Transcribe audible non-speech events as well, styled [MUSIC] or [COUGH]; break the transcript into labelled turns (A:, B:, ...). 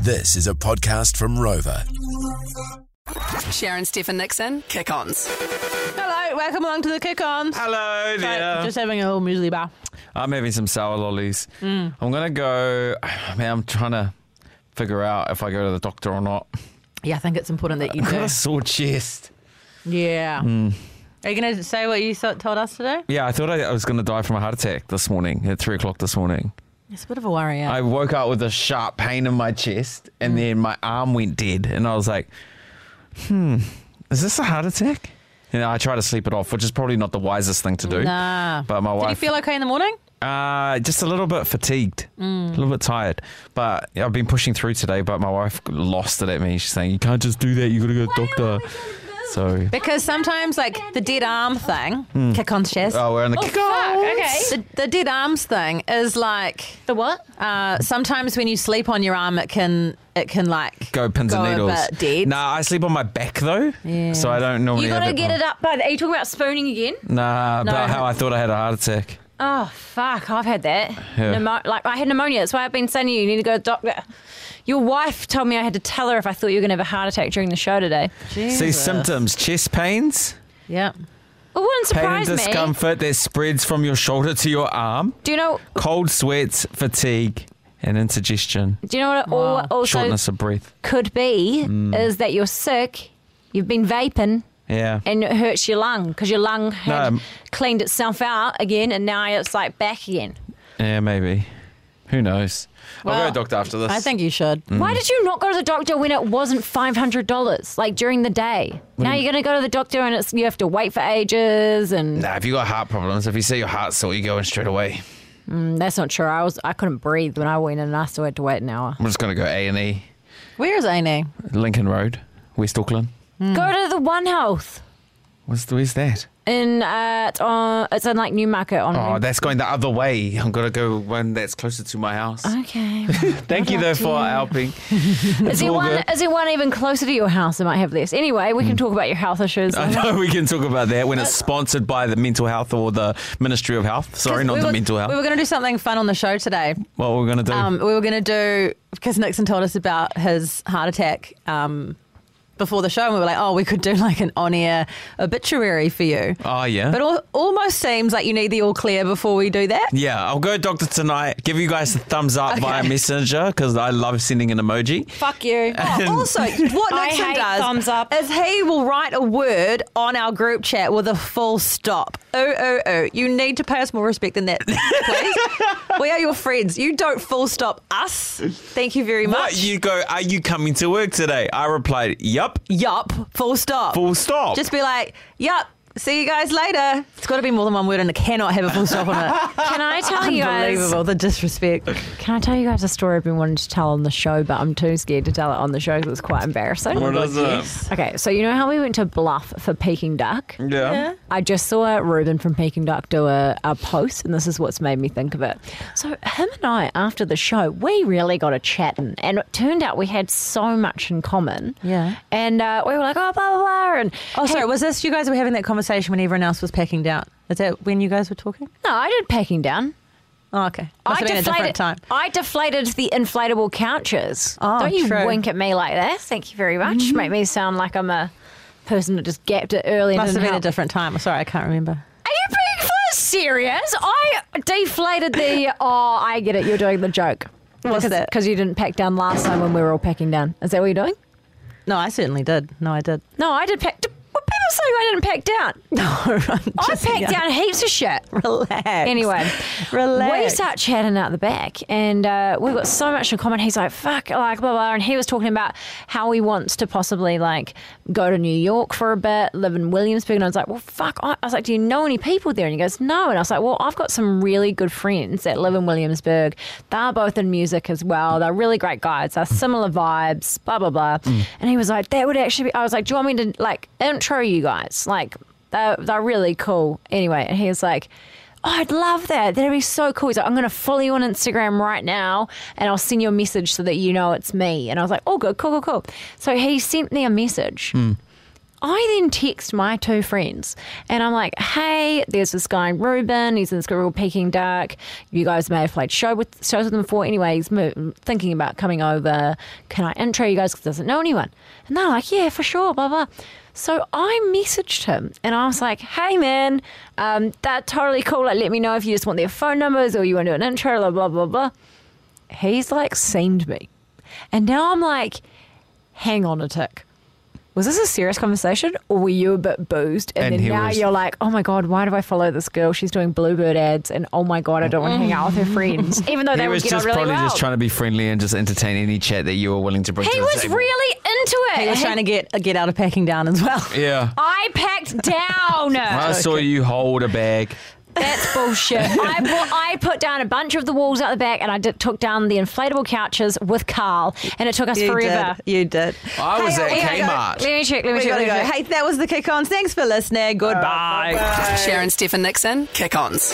A: This is a podcast from Rover.
B: Sharon Stephen Nixon, kick ons.
C: Hello, welcome along to the kick ons.
D: Hello there.
C: Just having a little muesli bar.
D: I'm having some sour lollies.
C: Mm.
D: I'm gonna go. [SIGHS] Man, I'm trying to figure out if I go to the doctor or not. [LAUGHS]
C: Yeah, I think it's important that you
D: I've got
C: do.
D: a sore chest.
C: yeah.
D: Hmm.
C: Are you going to say what you so- told us today?
D: Yeah, I thought I, I was gonna die from a heart attack this morning at three o'clock this morning.
C: It's a bit of a worry. eh?
D: I woke up with a sharp pain in my chest, and
C: Mm.
D: then my arm went dead, and I was like, "Hmm, is this a heart attack?" And I tried to sleep it off, which is probably not the wisest thing to do.
C: Nah.
D: But my
C: Did you
D: wife
C: feel okay in the morning?
D: Uh, just a little bit fatigued, a little bit tired. But I've been pushing through today, but my wife lost it at me. She's saying, You can't just do that, you gotta go to the doctor. So,
C: Because sometimes, like the dead arm thing, kick on chest.
D: oh, we're on the kick off.
C: The, the dead arms thing is like the what? Uh, sometimes when you sleep on your arm, it can it can like
D: Go pins and
C: a
D: needles.
C: bit dead.
D: Nah, I sleep on my back though,
C: Yeah.
D: so I don't normally.
E: You
D: have
E: gotta get it up by the. Are you talking about spooning again?
D: Nah, about
C: No.
D: how I thought I had a heart attack.
E: Oh fuck! I've had that.
D: Yeah.
E: Pneumo- like I had pneumonia. That's why I've been saying to you, you need to go to the doctor. Your wife told me I had to tell her if I thought you were gonna have a heart attack during the show today.
D: See
C: Jesus.
D: symptoms: chest pains,
C: Yeah.
E: It wouldn't
D: pain and
E: surprise me.
D: discomfort that spreads from your shoulder to your arm,
E: Do you know?
D: cold sweats, fatigue, and indigestion,
E: Do you know what? It
C: Wow.
E: all, also
D: shortness Hmm. of breath.
E: could be is that you're sick. You've been vaping.
D: Yeah.
E: And it hurts your lung because your lung had
D: No.
E: cleaned itself out again, and now it's like back again.
D: Yeah, maybe. Who knows? I'll
C: Well,
D: go to doctor after this.
C: I think you should.
D: Hmm.
E: Why did you not go to the doctor when it wasn't five hundred dollars, like during the day? now you're going to go to the doctor and it's you have to wait for ages, and
D: Nah, if you got heart problems, if you see your heart sore, you go in straight away.
E: Mm, that's not true. I was I couldn't breathe when I went in, and I still had to wait an hour.
D: I'm just gonna go A and E,
C: Where is Amy?
D: Lincoln Road, West Auckland.
E: Go to the One Health,
D: What's the, where's that?
E: and uh, it's on it's in like Newmarket on.
C: Mm.
D: Oh, that's going the other way. I'm gonna go one that's closer to my house. [LAUGHS]
E: okay.
D: Thank you though for helping.
E: is there
D: all
E: one?
D: good. Mm.
E: Is there one even closer to your house that might have this? Anyway, we can talk about your health issues.
D: I know we can talk about that when
C: [LAUGHS]
D: it's sponsored by the mental health or the Ministry of Health. Sorry, not
C: we
D: the
C: were,
D: mental health.
C: We were going to do something fun on the show today.
D: what we're gonna do?
C: Um, we were going to do because Nixon told us about his heart attack um, before the show, and we were like, "Oh, we could do like an on-air obituary for you."
D: oh yeah.
C: But al- almost seems like you need the all clear before we do that.
D: yeah, I'll go doctor tonight. Give you guys a thumbs up via
C: Okay.
D: messenger because I love sending an emoji. [LAUGHS]
E: Fuck you.
C: Oh, also, what
E: [LAUGHS] I
C: Nixon
E: hate
C: does
E: thumbs up.
C: is he will write a word on our group chat with a full stop. Oh, oh, oh. You need to pay us more respect than that,
D: [LAUGHS]
C: please. we are your friends. You don't full stop us. Thank you very much.
D: What? You go, are you coming to work today? I replied, yup,
C: yup, full stop.
D: full stop.
C: Just be like, yup, see you guys later. It's got to be more than one word and it cannot have a full stop on
E: [LAUGHS]
C: it.
E: Can I tell you guys?
C: Unbelievable, the disrespect.
E: Can I tell you guys a story I've been wanting to tell on the show, but I'm too scared to tell it on the show because it's quite embarrassing.
D: What is it?
E: Okay, so you know how we went to Bluff for Peking Duck?
D: Yeah.
E: I just saw Ruben from Peking Duck do a, a post, and this is what's made me think of it. So, him and I, after the show, we really got a chatting, and it turned out we had so much in common.
C: Yeah.
E: And uh, we were like, oh, blah, blah, blah. And
C: Oh,
E: hey,
C: sorry. Was this you guys were having that conversation when everyone else was packing down? Is that when you guys were talking?
E: no, I did Peking Down.
C: Oh, okay. Must have been a different time.
E: I deflated the inflatable couches.
C: Oh,
E: Don't you
C: true. Mm-hmm.
E: wink at me like that. Thank you very much. Make me sound like I'm a person that just gapped it early.
C: Must
E: and
C: have
E: didn't
C: been a
E: help.
C: different time. Sorry, I can't remember.
E: Are you being for serious? I deflated the. Oh, I get it. You're doing the joke.
C: What's that?
E: Because you didn't pack down last time when we were all packing down. Is that what you're doing?
C: No, I certainly did. No, I did. [LAUGHS]
E: No, I did pack. d- What people saying I didn't pack down?
C: No, [LAUGHS] I'm
E: I
C: just-
E: packed
C: yeah.
E: down heaps of shit.
C: Relax.
E: Anyway,
C: [LAUGHS] Relax.
E: We start chatting out the back, and uh, we've got so much in common. He's like, "Fuck," like blah blah, and he was talking about how he wants to possibly like go to New York for a bit, live in Williamsburg, and I was like, "Well, fuck." I, I was like, "Do you know any people there?" And he goes, "No," and I was like, "Well, I've got some really good friends that live in Williamsburg. They're both in music as well. They're really great guys. They're similar vibes. Blah blah blah."
C: Mm.
E: And he was like, "That would actually be." I was like, "Do you want me to like intro you guys? Like, they're, they're really cool." Anyway, and he was like. Oh, I'd love that. That'd be so cool. He's like, I'm going to follow you on Instagram right now and I'll send you a message so that you know it's me. And I was like, oh, good, cool, cool, cool. So he sent me a message. I then text my two friends and I'm like, hey, there's this guy Ruben. He's in this group called Peking Dark. You guys may have played show with shows with him before. Anyway, he's mo- thinking about coming over. Can I intro you guys? Because doesn't know anyone. And they're like, yeah, for sure. Blah blah. So I messaged him and I was like, hey man, um, that totally cool. Like, let me know if you just want their phone numbers or you want to do an intro. Blah blah blah blah. He's like seemed me. And now I'm like, hang on a tick. Was this a serious conversation or were you a bit boozed? And,
D: And
E: then
D: he
E: now
D: was-
E: you're like, oh my God, why do I follow this girl? She's doing Bluebird ads and oh my God, I don't want to hang out with her friends.
C: Mm.
E: Even though they
D: he
E: would
D: was
E: get
D: just
E: on really
D: probably
E: well.
D: just trying to be friendly and just entertain any chat that you were willing to bring.
E: he
D: to the
E: was
D: table.
E: really into it.
C: He was trying to get uh, get out of packing down as
E: [LAUGHS]
C: well.
D: Yeah.
E: I packed
D: [LAUGHS]
E: down.
D: I saw you hold a bag.
E: That's
D: [LAUGHS]
E: bullshit. I, bought, I put down a bunch of the walls out the back and I did, took down the inflatable couches with Carl and it took us
C: You
E: forever.
C: did. You did.
D: I was
C: Hey,
D: at
C: we gotta go.
D: Kmart.
E: Let me check, let me
C: We
E: check.
C: gotta
E: let me
C: go.
E: check.
C: Hey, that was the
E: Uh,
C: kick ons. Thanks for listening. Goodbye.
B: Sharon Stephen Nixon, kick ons.